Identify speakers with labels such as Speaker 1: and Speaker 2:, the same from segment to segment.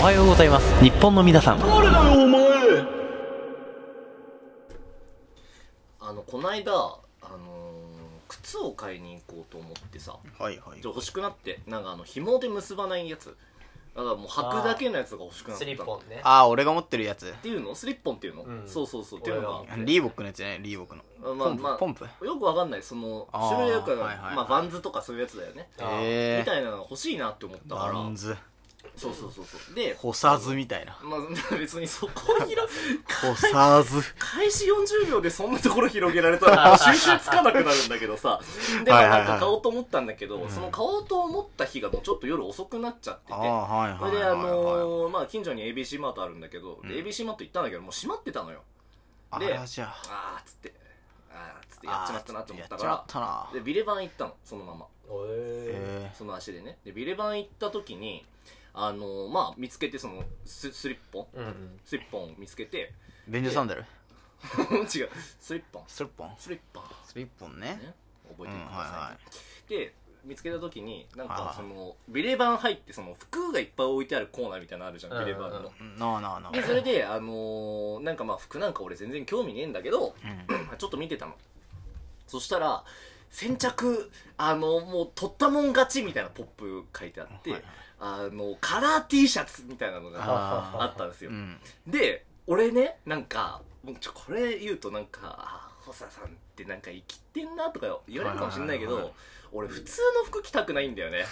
Speaker 1: はようございます日本の皆さん
Speaker 2: 誰だよお前
Speaker 3: あのこの間あのー靴を買いに行こうと思ってさ
Speaker 2: はいはい
Speaker 3: で欲しくなってなんかあの紐で結ばないやつだからもう履くだけのやつが欲しくなった
Speaker 1: ス
Speaker 3: の
Speaker 1: リッポンね
Speaker 2: ああ俺が持ってるやつ
Speaker 3: っていうのスリッポンっていうの、
Speaker 1: うん
Speaker 3: そうそうそうっていうの
Speaker 2: リーボックのやつじゃないリーボックの
Speaker 3: が
Speaker 2: ポンプポンプ
Speaker 3: プよくわかんないその
Speaker 2: あー
Speaker 3: 種類よくわかんない
Speaker 2: はいはいはい
Speaker 3: まあバンズとかそういうやつだよね
Speaker 1: あー
Speaker 2: ええ
Speaker 3: みたいなのが欲しいなって思ったか
Speaker 2: バン
Speaker 3: ら
Speaker 2: ズ
Speaker 3: そうそうそうそうで
Speaker 2: 干さずみたいな
Speaker 3: まあ別にそこを広
Speaker 2: 干さず
Speaker 3: 開始40秒でそんなところ広げられた ら集中つかなくなるんだけどさ。で、ま
Speaker 2: はい
Speaker 3: あ
Speaker 2: はいはい
Speaker 3: なんか買おうと思ったんだけど、
Speaker 2: ん
Speaker 3: その買おうと思った日がもうちょっと夜遅くなっちゃってて
Speaker 2: あ。あはい
Speaker 3: そ
Speaker 2: はい
Speaker 3: れで、
Speaker 2: は
Speaker 3: あ
Speaker 2: いはい
Speaker 3: のー、まあ近所に ABC マートあるんだけど、で
Speaker 2: うん
Speaker 3: ABC マート行ったんだけど、もう閉まってたのよ。
Speaker 2: あ
Speaker 3: で
Speaker 2: れはじゃあ
Speaker 3: あーっつって、あーっつってやっちまったなと思った
Speaker 2: や
Speaker 3: か
Speaker 2: っちまっ
Speaker 3: ら、
Speaker 2: たな
Speaker 3: で、ビレバン行ったの、そのまま。
Speaker 1: え
Speaker 2: え
Speaker 3: その足でね。で、ビレバン行った時に、あのー、まあ見つけて、そのス、スリッポ
Speaker 1: ー
Speaker 3: ン
Speaker 1: うんうん
Speaker 3: スリッポンを見つけて、
Speaker 2: ー便所サンダル
Speaker 3: 違う、スリッポン、
Speaker 2: スリッポン
Speaker 3: スリッパン。
Speaker 2: スリッポンね
Speaker 3: ね覚
Speaker 2: うん
Speaker 3: えておい
Speaker 2: はい
Speaker 3: てください、
Speaker 2: はい
Speaker 3: で見つけた時になん
Speaker 2: はいは
Speaker 3: か
Speaker 2: い
Speaker 3: そのビレバン入ってその服がいっぱい置いてあるコーナーみたいなのあるじゃん、
Speaker 1: うんうんうん
Speaker 3: ビレバンの、
Speaker 2: なあなあなあ
Speaker 3: でそれであのーなんかまあ服なんか俺全然興味ねえんだけど
Speaker 2: うん
Speaker 3: ちょっと見てたのそしたら先着あのもう取ったもん勝ちみたいなポップ書いてあって、
Speaker 2: はいはい
Speaker 3: あのカラー T シャツみたいなのが
Speaker 2: あ
Speaker 3: あったんですよ、
Speaker 2: うん
Speaker 3: で俺ねなんかもうちょこれ言うとなんかあー細田さんってなんか生きてんなとか言われるかもしれないけ
Speaker 2: はいはい
Speaker 3: ど俺普通の服着たくないんだよね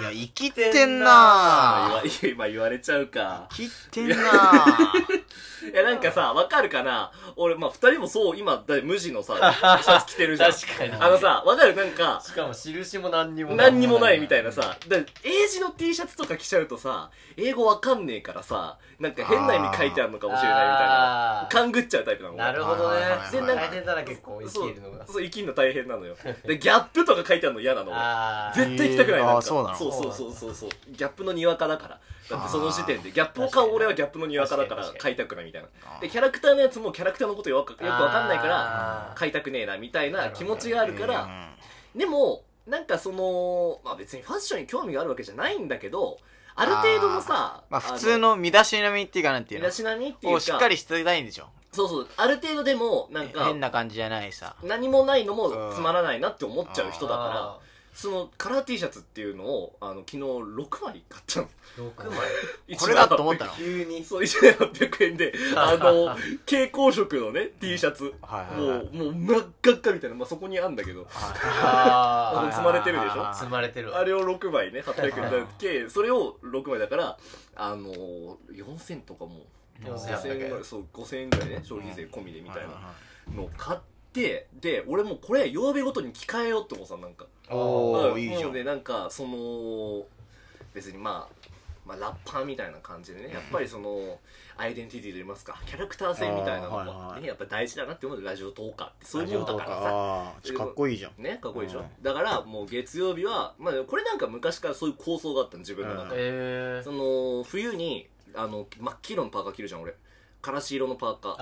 Speaker 2: いや生きてんな
Speaker 3: あー言わ今言われちゃうか
Speaker 2: 生きてんなあ
Speaker 3: いやなんかさわかるかな俺まあ二人もそう今だ無地のさシャツ着てるじゃん
Speaker 1: 確かに
Speaker 3: あのさわかるなんか
Speaker 1: しかも印も何にも
Speaker 3: 何にもないみたいなさ、だ英字の T シャツとか着ちゃうとさ、英語わかんねえからさ、なんか変な意味書いてあるのかもしれないみたいな
Speaker 1: あ、ー
Speaker 3: 勘ぐっちゃうタイプなの。
Speaker 1: なるほどね
Speaker 2: はいはいはい
Speaker 1: で
Speaker 3: はい
Speaker 1: 大変だな結構生きているのが
Speaker 3: そうそう生きるの大変な のよでギャップとか書いてあるの嫌なの俺
Speaker 1: あー
Speaker 3: 絶対行きたくない
Speaker 2: へー
Speaker 3: な
Speaker 2: あー
Speaker 3: んか
Speaker 2: そうなの
Speaker 3: そうそうそうそうそうギャップのにわかだからだってその時点でギャップを
Speaker 1: 確か
Speaker 3: 買う
Speaker 1: に
Speaker 3: 俺はギャップのにわかだから
Speaker 1: 確かに
Speaker 3: 買いたくないみたいな
Speaker 2: あー
Speaker 3: でキャラクターのやつもキャラクターのことよくよくわかんないから
Speaker 1: あー
Speaker 3: 買いたくねえなみたい
Speaker 1: な
Speaker 3: な
Speaker 1: るほ
Speaker 3: 気
Speaker 1: ど
Speaker 3: 持ちがあるから、
Speaker 2: うん
Speaker 3: でもなんかその、まあ、別にファッションに興味があるわけじゃないんだけどある程度のさ
Speaker 2: まあ普通の身だしなみっていうかなんてい
Speaker 3: 身
Speaker 2: うの
Speaker 3: だしなみっていう
Speaker 2: を
Speaker 3: か
Speaker 2: しっかりしてたいんでしょ
Speaker 3: そうそうある程度でもなんか
Speaker 2: 変な感じじゃないさ
Speaker 3: 何もないの
Speaker 2: う
Speaker 3: も
Speaker 2: ん
Speaker 3: つまらないなって思っちゃう人だから
Speaker 1: あ
Speaker 3: そのカラー T シャツっていうのをあの昨日6枚買ったの
Speaker 1: ー六枚
Speaker 2: これだと思
Speaker 3: っ
Speaker 2: ったの
Speaker 1: 急に
Speaker 3: そう1枚800円 であの蛍光色のね T シャツ
Speaker 2: はいはいはい
Speaker 3: もうもう真っ赤っかみたいな、まあ、そこにあんだけど
Speaker 1: あ
Speaker 3: 積まれてるでしょ
Speaker 1: あ積まれてるわ
Speaker 3: あれを6枚ね800円だっけそれを6枚だからあのー4000とかも5000円ぐらいそう5000円ぐらいね消費税込みでみたいなのを買ってで俺もうこれ曜日ごとに着替えようって思ってたのなんか
Speaker 2: おー
Speaker 3: うん
Speaker 2: いいじゃん
Speaker 3: もうねなんかその別にまあまあ、ラッパーみたいな感じでねやっぱりそのアイデンティティといいますかキャラクター性みたいなのが、ね
Speaker 2: あーはいはい
Speaker 3: やっぱ大事だなって思うのラジオトーカーってそう
Speaker 2: ラ
Speaker 3: いう
Speaker 2: ジ
Speaker 3: も
Speaker 2: オ
Speaker 3: んだ
Speaker 2: と
Speaker 3: か
Speaker 2: から
Speaker 3: さ
Speaker 2: あーかっこいいじゃん
Speaker 3: ねかっこいいでしょ、
Speaker 2: うん
Speaker 3: だからもう月曜日は、まあ、これなんか昔からそういう構想があったの自分の中で、
Speaker 1: えー
Speaker 3: その冬にあの真っ黄色のパーカー着るじゃん俺からし色のパーカー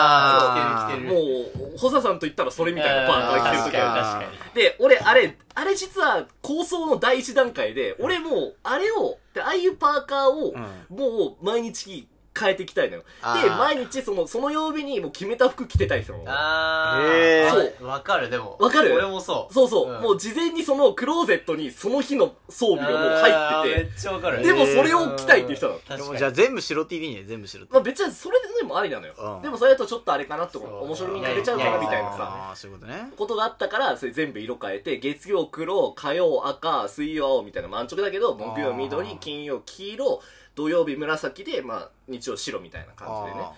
Speaker 1: ああ
Speaker 2: あー
Speaker 1: 来てる来てる
Speaker 3: もう保佐さんと言ったらそれみたいなパーカー着てる時ある
Speaker 2: あ
Speaker 1: 確かに確か
Speaker 3: で俺あれあれ実は構想の第一段階で俺もうあれをでああいうパーカーを
Speaker 2: う
Speaker 3: もう毎日変えていきたいのよ
Speaker 2: あ
Speaker 3: で
Speaker 2: ー
Speaker 3: 毎日そのその曜日にもう決めた服着てたい人なの
Speaker 1: にああ
Speaker 2: へ
Speaker 3: ー
Speaker 1: わかるでも
Speaker 3: わかる
Speaker 1: 俺もそう
Speaker 3: そうそう、
Speaker 1: ん
Speaker 3: もう事前にそのクローゼットにその日の装備がもう
Speaker 1: あ
Speaker 3: 入っ
Speaker 1: ー
Speaker 3: て
Speaker 1: めっちゃわかる
Speaker 3: てでもそれを着たいっていう人なの
Speaker 2: で
Speaker 1: 確か
Speaker 2: も
Speaker 1: に
Speaker 2: じゃあ全部白 T でいいね全部白 T
Speaker 3: まあ別にそれでもありなのよ、
Speaker 2: うん
Speaker 3: でもそれだとちょっとあれかなって
Speaker 1: そう
Speaker 3: 面白みに欠けちゃうか
Speaker 1: や
Speaker 3: ら
Speaker 1: や
Speaker 3: みたいなさ
Speaker 2: ああーそういうことね
Speaker 3: ことがあったからそれ全部色変えて月曜黒火曜赤水曜青みたいな満直だけど木曜
Speaker 2: あ
Speaker 3: 緑
Speaker 2: ー
Speaker 3: 金曜黄色土曜日紫で、まあ、日曜白みたいな感じでね
Speaker 2: あ
Speaker 3: っ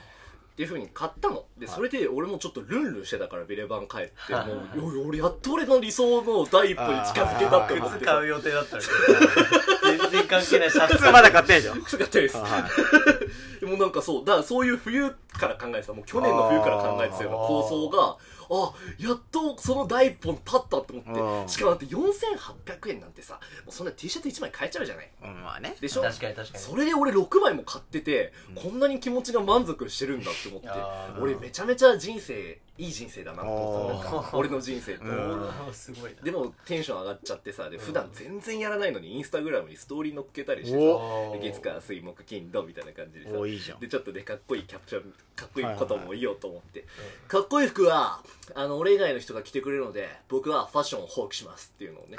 Speaker 3: ていうふうに買ったのでそれで俺もちょっとルンルンしてたからビレバン帰 って
Speaker 1: はい
Speaker 3: もうよ俺やっと俺の理想の第一歩に近づけたって思っ
Speaker 1: 靴
Speaker 3: て
Speaker 1: 買
Speaker 3: さ
Speaker 1: う予定だったら全然関係ないシャ
Speaker 2: ー
Speaker 1: ツ
Speaker 2: 靴まだ買ってないじゃん
Speaker 3: 靴買ってるんです
Speaker 2: はい
Speaker 3: でもなんかそうだからそういう冬から考えてた。もう去年の冬から考えてたような構想が、あ、やっとその第一本立ったと
Speaker 2: う
Speaker 3: 思っ
Speaker 2: ん
Speaker 3: て。しかもだって4800円なんてさ、もうそんな T シャツ1枚買えちゃうじゃない。
Speaker 2: うんまあね
Speaker 3: でしょ
Speaker 1: 確かに確かに
Speaker 3: それで俺6枚も買ってて、
Speaker 2: うん
Speaker 3: こんなに気持ちが満足してるんだって思って
Speaker 1: あー
Speaker 3: 俺めちゃめちゃ人生いい人生だなと思った
Speaker 1: おー
Speaker 3: なんか俺の人生と、
Speaker 2: う
Speaker 1: お
Speaker 2: ん
Speaker 1: ーすごいな
Speaker 3: でもテンション上がっちゃってさで普段全然やらないのにインスタグラムにストーリー乗っけたりして
Speaker 2: お
Speaker 3: さ
Speaker 1: おー
Speaker 3: 月火水木金土みたいな感じでさ
Speaker 2: おいいじゃん
Speaker 3: でちょっとねかっこいいキャプチャーかっこいいことも言おうと思って、
Speaker 1: う
Speaker 3: かっこいい服はあの俺以外の人が着てくれるので僕はファッションを放棄しますっていうのをね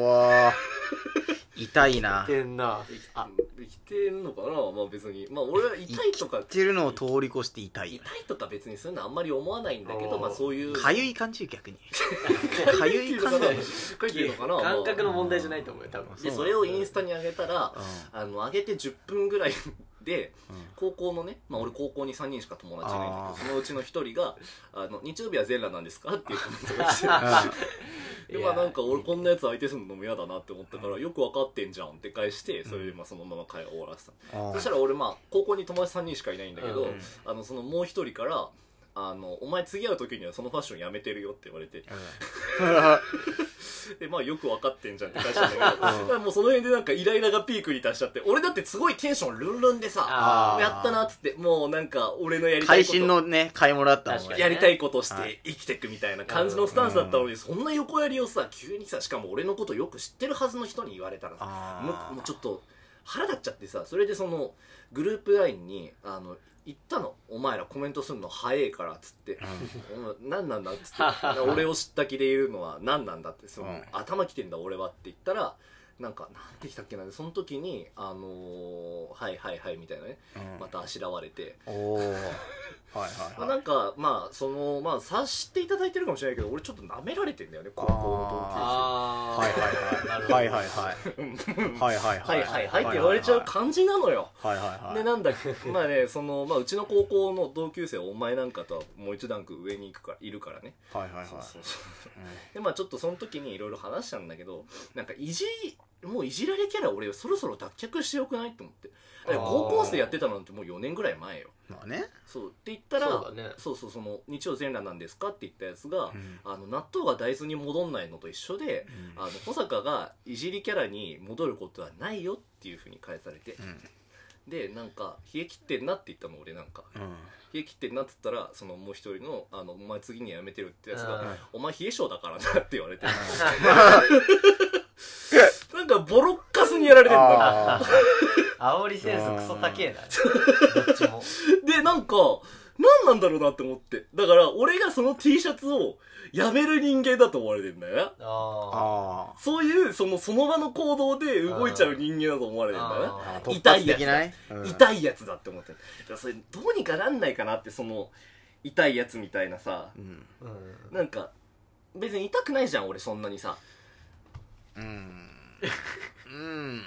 Speaker 2: おわ痛いな
Speaker 1: て
Speaker 2: 言
Speaker 1: んなあ
Speaker 3: 生きてるのかなまあ別にまあ俺は痛いとか
Speaker 2: ってるのを通り越して痛い
Speaker 3: 痛いとか別にそういうのあんまり思わないんだけ
Speaker 1: お
Speaker 3: ど
Speaker 1: ー
Speaker 3: まあそういう
Speaker 2: かゆい感じ逆にかゆい感じ
Speaker 3: 書いてるのかな
Speaker 1: 感覚の問題じゃないと思うよ多分
Speaker 3: でそれをインスタに上げたら
Speaker 2: うん
Speaker 3: あの上げて10分ぐらいで
Speaker 2: うん
Speaker 3: 高校のね、まあ、俺高校に3人しか友達いないんだ
Speaker 2: あー
Speaker 3: けどそのうちの1人があの「日曜日は全裸なんですか?」っていうコメントが来て でまあなんか俺こんなやつ相手するのも嫌だなって思ったからよく分かってんじゃんって返してそれでまあそのまま会話終わらせた
Speaker 2: うん
Speaker 3: そしたら俺まあ高校に友達3人しかいないんだけど、
Speaker 1: うん
Speaker 3: あのそのもう一人からあの「お前次会う時にはそのファッションやめてるよ」って言われてでまあよく分かってんじゃんって返したんだけど、だからもうその辺でなんかイライラがピークに達しちゃって俺だってすごいテンションルンルンでさ
Speaker 1: あー
Speaker 3: やったなっつってもうなんか俺のやりたい
Speaker 2: 会
Speaker 3: こと
Speaker 2: 心のね買い物だったもん
Speaker 1: 確かに
Speaker 3: や
Speaker 2: 俺
Speaker 3: りたいことし
Speaker 2: は
Speaker 3: て
Speaker 2: い
Speaker 3: 生きてくみたいな感じのスタンスだったのに、そんな横やりをさ急にさしかも俺のことよく知ってるはずの人に言われたらさも
Speaker 2: あ
Speaker 3: うもう
Speaker 2: ー
Speaker 3: ちょっと腹立っちゃってさそれでそのグループ LINE にあの言ったの「お前らコメントするの早えから」っつって「うん、何なんだ」っつって「 俺を知った気でいるのは何なんだ」ってその、
Speaker 2: うん
Speaker 3: 頭きてんだ俺は」って言ったらなんかなんてきたっけなその時に「あのーはいはいはい」みたいなね
Speaker 2: うん
Speaker 3: またあしらわれて、
Speaker 2: おおはいはい
Speaker 3: まあ、
Speaker 2: は
Speaker 3: ないんかまあそのまあ察していただいてるかもしれないけど俺ちょっと舐められてんだよね高校の
Speaker 1: あ
Speaker 2: はい
Speaker 1: なるほど
Speaker 2: はいはいはいはいはい
Speaker 3: 同級生「は
Speaker 2: はいい
Speaker 3: はいはい」って言われちゃう感じなのよ
Speaker 2: はいはいは
Speaker 3: で
Speaker 2: い
Speaker 3: なんだっ けまあねその、まあ、うちの高校の同級生お前なんかとはもう一段階上に行くからいるからね
Speaker 2: はいはいはい
Speaker 3: そうそうそうでまあちょっとその時にいろいろ話したんだけどなんかいじもういじられキャラ俺そろそろ脱却してよくないと思ってだか
Speaker 1: あ
Speaker 3: ら
Speaker 1: ー
Speaker 3: 高校生やってたのなんてもう4年ぐらい前よ
Speaker 2: まあね
Speaker 3: そうって言ったら
Speaker 1: そうだね
Speaker 3: そうそうその「日曜全裸なんですか?」って言ったやつが、
Speaker 2: うん
Speaker 3: あの納豆が大豆に戻んないのと一緒で、
Speaker 2: うん
Speaker 3: あの小坂がいじりキャラに戻ることはないよっていうふうに返されて、でなんか冷え切ってんなって言ったの俺なんか
Speaker 2: うんうん
Speaker 3: 冷え切ってんなって言ったらそのもう一人の「あのお前次にはやめてる」ってやつ
Speaker 1: うん
Speaker 3: が「お前冷え性だからな」って言われて なんかボロッカスにやられてんだ
Speaker 2: あー
Speaker 1: 煽りセンスクソ高えなどっちも
Speaker 3: でなんか何なんだろうなって思ってだから俺がその T シャツをやめる人間だと思われてんだよな
Speaker 1: あ
Speaker 2: あ
Speaker 3: そういうそのその場の行動で動いちゃう人間だと思われてんだよな
Speaker 1: あ
Speaker 2: ー
Speaker 1: ー
Speaker 2: 突発的なねうん
Speaker 3: 痛いやつだって思ってるだからそれどうにかなんないかなってその痛いやつみたいなさ
Speaker 2: うん
Speaker 1: うん
Speaker 3: なんか別に痛くないじゃん俺そんなにさ
Speaker 2: うんうん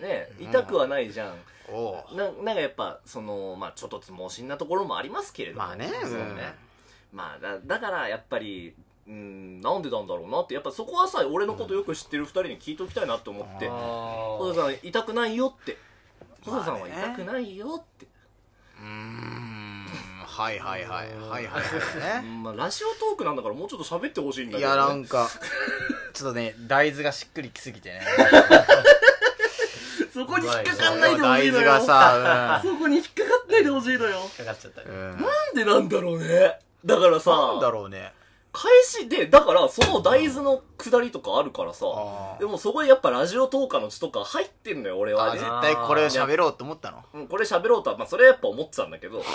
Speaker 3: ね痛くはないじゃん、
Speaker 2: おう
Speaker 3: ななんかやっぱそのまあちょっとつ盲信なところもありますけれども
Speaker 2: まあね
Speaker 3: そうね、
Speaker 2: うん
Speaker 3: まあだだからやっぱりうんなんでなんだろうなってやっぱそこはさ俺のことよく知ってる二人に聞いておきたいなって思って
Speaker 1: あ
Speaker 3: 細
Speaker 1: ー
Speaker 3: 田さん痛くないよって細田さんは痛くないよって、
Speaker 2: うーんはいはいはいはいはいは
Speaker 3: う
Speaker 2: いね
Speaker 3: んまあ、ラジオトークなんだからもうちょっと喋ってほしいんだ
Speaker 2: い
Speaker 3: けど、
Speaker 2: や
Speaker 3: ね、
Speaker 2: なんかちょっとね大豆がしっくりきすぎてね
Speaker 3: そこに引っかかんないでほ
Speaker 2: 大
Speaker 3: しいの
Speaker 2: 豆
Speaker 3: よ
Speaker 2: がさ
Speaker 3: そこに引っかかんないでほしいのよ
Speaker 1: かかっちゃった
Speaker 2: う
Speaker 1: ね
Speaker 2: ん
Speaker 3: なんでなんだろうねだからさ
Speaker 2: なんだろうね
Speaker 3: 返しで、だから、その大豆の下りとかあるからさ
Speaker 2: あ、ー
Speaker 3: でもそこにやっぱラジオ投下の血とか入ってんのよ、俺
Speaker 2: あ
Speaker 3: はね
Speaker 2: 絶。対これを喋ろうと思ったの
Speaker 3: うんこれ喋ろうとは、まあそれはやっぱ思ってたんだけど。
Speaker 2: いいね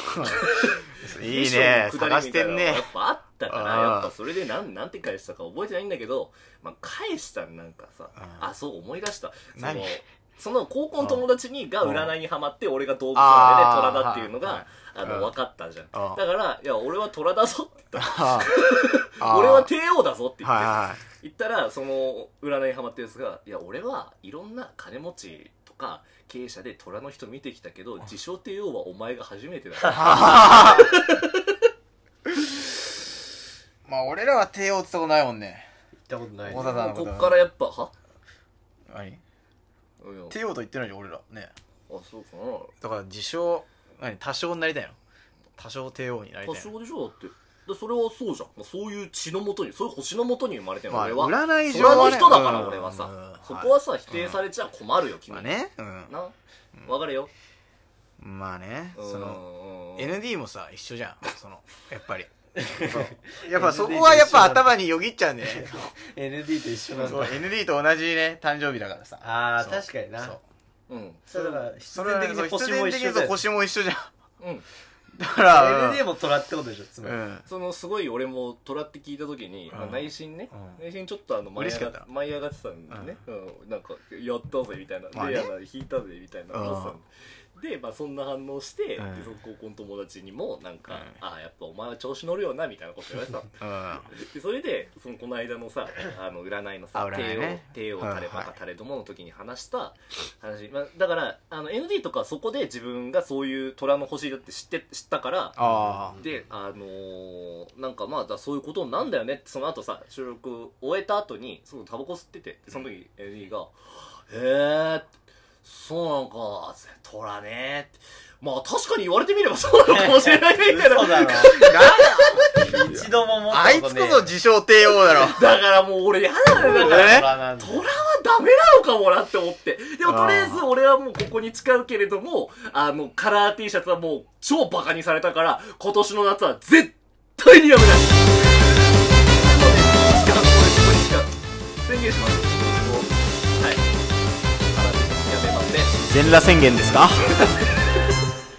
Speaker 3: 衣装
Speaker 2: 探
Speaker 3: の下りみ
Speaker 2: した
Speaker 3: い
Speaker 2: て
Speaker 3: なの
Speaker 2: ん
Speaker 3: が や
Speaker 2: ね
Speaker 3: っぱあったから、
Speaker 2: あー
Speaker 3: やっぱそれでなん、なんて返したか覚えてないんだけど、まあ返したんなんかさ、
Speaker 2: うん
Speaker 3: あ、そう思い出した。その
Speaker 2: 何、
Speaker 3: その高校の友達にが占いにハマって、俺が動物な
Speaker 2: あ
Speaker 3: ん
Speaker 2: ー
Speaker 3: でね、虎だっていうのが、あ
Speaker 2: う
Speaker 3: の、
Speaker 2: ん
Speaker 3: 分かったじゃん。
Speaker 2: あー
Speaker 3: だから、いや、俺は虎だぞって言っ
Speaker 2: あ
Speaker 3: た。
Speaker 2: ー
Speaker 3: 俺は帝王だぞって言って。
Speaker 2: は
Speaker 3: 言ったらその占いハマってるやつが「いや俺はいろんな金持ちとか経営者で虎の人見てきたけど自称帝王はお前が初め てだから
Speaker 2: いまあ俺らは帝王ってとこないもんね
Speaker 1: 行ったことない
Speaker 2: 小田さんの
Speaker 3: も
Speaker 2: こ
Speaker 3: う
Speaker 2: と
Speaker 3: こっからやっぱは
Speaker 2: 何
Speaker 3: うんあ
Speaker 2: 帝王と言ってないじゃん俺らね
Speaker 3: そうかな
Speaker 2: だから自称何多少になりたいの多少帝王になり
Speaker 3: 多
Speaker 2: たいな
Speaker 3: 少でしょだってでそれはそうじゃん、まあ、そういう血のもとにそういう星のもとに生まれてんの、
Speaker 2: まあ
Speaker 3: 俺は
Speaker 2: 占い上
Speaker 3: 空
Speaker 2: は
Speaker 3: の
Speaker 2: ね
Speaker 3: 人だから
Speaker 2: うん
Speaker 3: 俺はさ、
Speaker 2: うん
Speaker 3: そこはさ否定されちゃ困るよ君、
Speaker 2: まあねうん
Speaker 3: なわかるよ、
Speaker 2: まあね
Speaker 3: うん、
Speaker 2: その
Speaker 3: の
Speaker 2: ND もさ一緒じゃんそのやっぱり やっぱそこはやっぱ頭によぎっちゃうんだよ ね
Speaker 1: ND と一緒
Speaker 2: そ
Speaker 1: な
Speaker 2: うん
Speaker 1: だ
Speaker 2: ND と同じね誕生日だからさ
Speaker 1: ああ
Speaker 2: そう
Speaker 1: 確かにな
Speaker 2: そう
Speaker 3: うん
Speaker 1: それだから必
Speaker 2: それ
Speaker 1: 然
Speaker 2: は
Speaker 1: 的に星も一緒
Speaker 2: 必然的
Speaker 1: だ
Speaker 2: にそう
Speaker 1: よ
Speaker 2: 星も一緒じゃん
Speaker 3: うん
Speaker 2: だからうん
Speaker 1: ND も虎ってことでしょつま
Speaker 2: う
Speaker 1: り
Speaker 2: ん
Speaker 3: そのすごい俺も虎って聞いた時に、まあ内心ね、
Speaker 2: うん
Speaker 3: 内心ちょっとあの舞い上が
Speaker 2: 嬉しかった
Speaker 3: 舞い上がってたんでね、うんなんか「やったぜ」みたいな「
Speaker 2: まあね
Speaker 3: レアな引いたぜ」みたいな
Speaker 2: うん
Speaker 3: 思ってたんでで、まあ、そんな反応して、
Speaker 2: うん
Speaker 3: でその高校の友達にもなんか
Speaker 2: う
Speaker 3: 「
Speaker 2: ん
Speaker 3: ああやっぱお前は調子乗るよな」みたいなこと言われてた
Speaker 2: うん
Speaker 3: でそれでそのこの間のさあの占いの
Speaker 2: あ
Speaker 3: さ
Speaker 2: 占いね
Speaker 3: 帝王
Speaker 2: はい
Speaker 3: 帝王
Speaker 2: はい
Speaker 3: タレバカタレどもの時に話した話、まあ、だからあの ND とかそこで自分がそういう虎の星だって知って知ったから
Speaker 2: あ
Speaker 3: であのーなんかまあだそういうことなんだよねってその後さ収録終えた後にそのタバコ吸っててでその時 ND が「へえそうなのかトラね」ってまあ確かに言われてみればそうなのかもしれないねみたいな
Speaker 1: 嘘だろ一度も持
Speaker 2: ああ
Speaker 1: っ
Speaker 2: い
Speaker 1: たこと
Speaker 2: つ
Speaker 1: ねえ
Speaker 2: こそ自称帝王だろ
Speaker 3: だからもう俺やだよだから
Speaker 1: 虎な
Speaker 2: ね
Speaker 1: んだ
Speaker 3: 虎はダメなのかもなって思ってでもとりあえず俺はもうここに誓うけれどもあのカラー T シャツはもう超バカにされたから今年の夏は絶対にやめない誓うこれこれ誓う宣言しますはいカラー T シャツやめますね
Speaker 2: 全裸宣言ですか